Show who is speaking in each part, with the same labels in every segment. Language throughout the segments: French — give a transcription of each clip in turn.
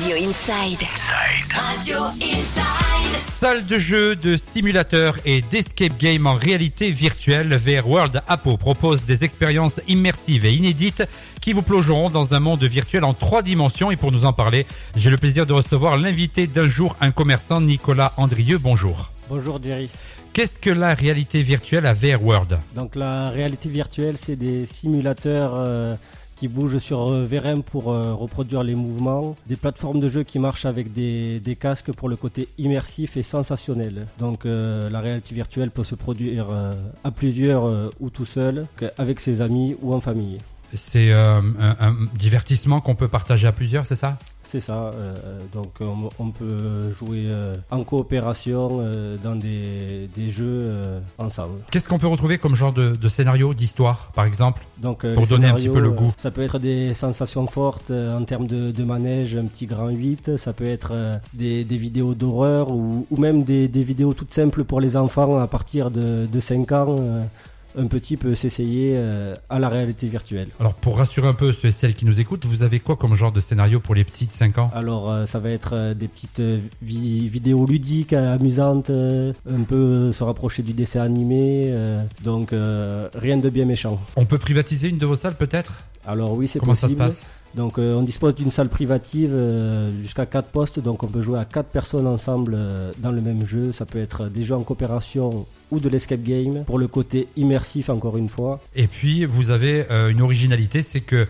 Speaker 1: Inside. Radio Inside.
Speaker 2: Salle de jeu, de simulateur et d'escape game en réalité virtuelle, VR World Apo propose des expériences immersives et inédites qui vous plongeront dans un monde virtuel en trois dimensions. Et pour nous en parler, j'ai le plaisir de recevoir l'invité d'un jour, un commerçant, Nicolas Andrieux. Bonjour.
Speaker 3: Bonjour Jerry.
Speaker 2: Qu'est-ce que la réalité virtuelle à VR World
Speaker 3: Donc la réalité virtuelle, c'est des simulateurs euh, qui bougent sur euh, VRM pour euh, reproduire les mouvements, des plateformes de jeu qui marchent avec des, des casques pour le côté immersif et sensationnel. Donc euh, la réalité virtuelle peut se produire euh, à plusieurs euh, ou tout seul, que- avec ses amis ou en famille.
Speaker 2: C'est euh, un, un divertissement qu'on peut partager à plusieurs, c'est ça
Speaker 3: C'est ça, euh, donc on, on peut jouer euh, en coopération euh, dans des, des jeux euh, ensemble.
Speaker 2: Qu'est-ce qu'on peut retrouver comme genre de, de scénario, d'histoire, par exemple
Speaker 3: Donc, euh,
Speaker 2: Pour
Speaker 3: les
Speaker 2: donner un petit peu le
Speaker 3: scénarios, euh,
Speaker 2: goût.
Speaker 3: Ça peut être des sensations fortes euh, en termes de, de manège, un petit grand 8. Ça peut être euh, des, des vidéos d'horreur ou, ou même des, des vidéos toutes simples pour les enfants à partir de, de 5 ans. euh, un petit peut s'essayer euh, à la réalité virtuelle.
Speaker 2: Alors pour rassurer un peu ceux et celles qui nous écoutent, vous avez quoi comme genre de scénario pour les petits de 5 ans
Speaker 3: Alors euh, ça va être euh, des petites euh, vi- vidéos ludiques, euh, amusantes, euh, un peu euh, se rapprocher du dessin animé, euh, donc euh, rien de bien méchant.
Speaker 2: On peut privatiser une de vos salles peut-être
Speaker 3: Alors oui c'est
Speaker 2: Comment ça se
Speaker 3: possible.
Speaker 2: passe
Speaker 3: Donc euh, on dispose d'une salle privative euh, jusqu'à 4 postes, donc on peut jouer à 4 personnes ensemble euh, dans le même jeu. Ça peut être des jeux en coopération ou de l'escape game pour le côté immersif encore une fois.
Speaker 2: Et puis vous avez euh, une originalité, c'est que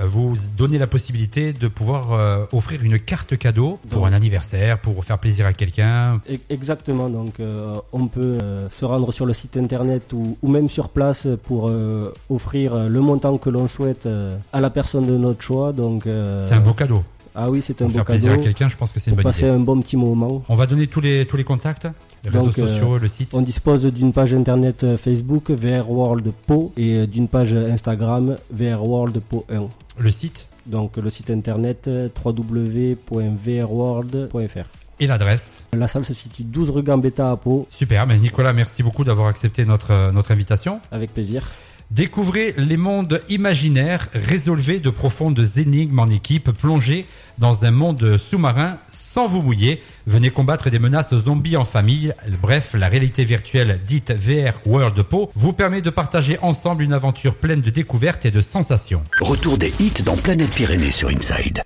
Speaker 2: euh, vous donnez la possibilité de pouvoir euh, offrir une carte cadeau pour
Speaker 3: Donc-
Speaker 2: un anniversaire, pour faire plaisir à quelqu'un.
Speaker 3: E- exactement, donc euh, on peut euh, se rendre sur le site internet ou, ou même sur place pour euh, offrir euh, le montant que l'on souhaite euh, à la personne de notre choix. Donc euh,
Speaker 2: C'est un beau cadeau.
Speaker 3: ah oui c'est un
Speaker 2: Pour faire
Speaker 3: beau cadeau.
Speaker 2: plaisir à quelqu'un, je pense que c'est une
Speaker 3: Pour
Speaker 2: bonne
Speaker 3: passer
Speaker 2: idée.
Speaker 3: un bon petit moment.
Speaker 2: On va donner tous les, tous les contacts, les réseaux
Speaker 3: Donc, euh,
Speaker 2: sociaux, le site.
Speaker 3: On dispose d'une page internet euh, Facebook VR World Po et euh, d'une page Instagram VR World Po 1.
Speaker 2: Le site
Speaker 3: Donc euh, le site internet euh, www.vrworld.fr.
Speaker 2: et l'adresse.
Speaker 3: La salle se situe 12 rue Gambetta à Pau,
Speaker 2: Super, mais Nicolas, merci beaucoup d'avoir accepté notre, euh, notre invitation.
Speaker 3: avec plaisir.
Speaker 2: Découvrez les mondes imaginaires, résolvez de profondes énigmes en équipe, plongez dans un monde sous-marin sans vous mouiller, venez combattre des menaces zombies en famille. Bref, la réalité virtuelle dite VR World Po vous permet de partager ensemble une aventure pleine de découvertes et de sensations.
Speaker 4: Retour des hits dans Planète Pyrénées sur Inside.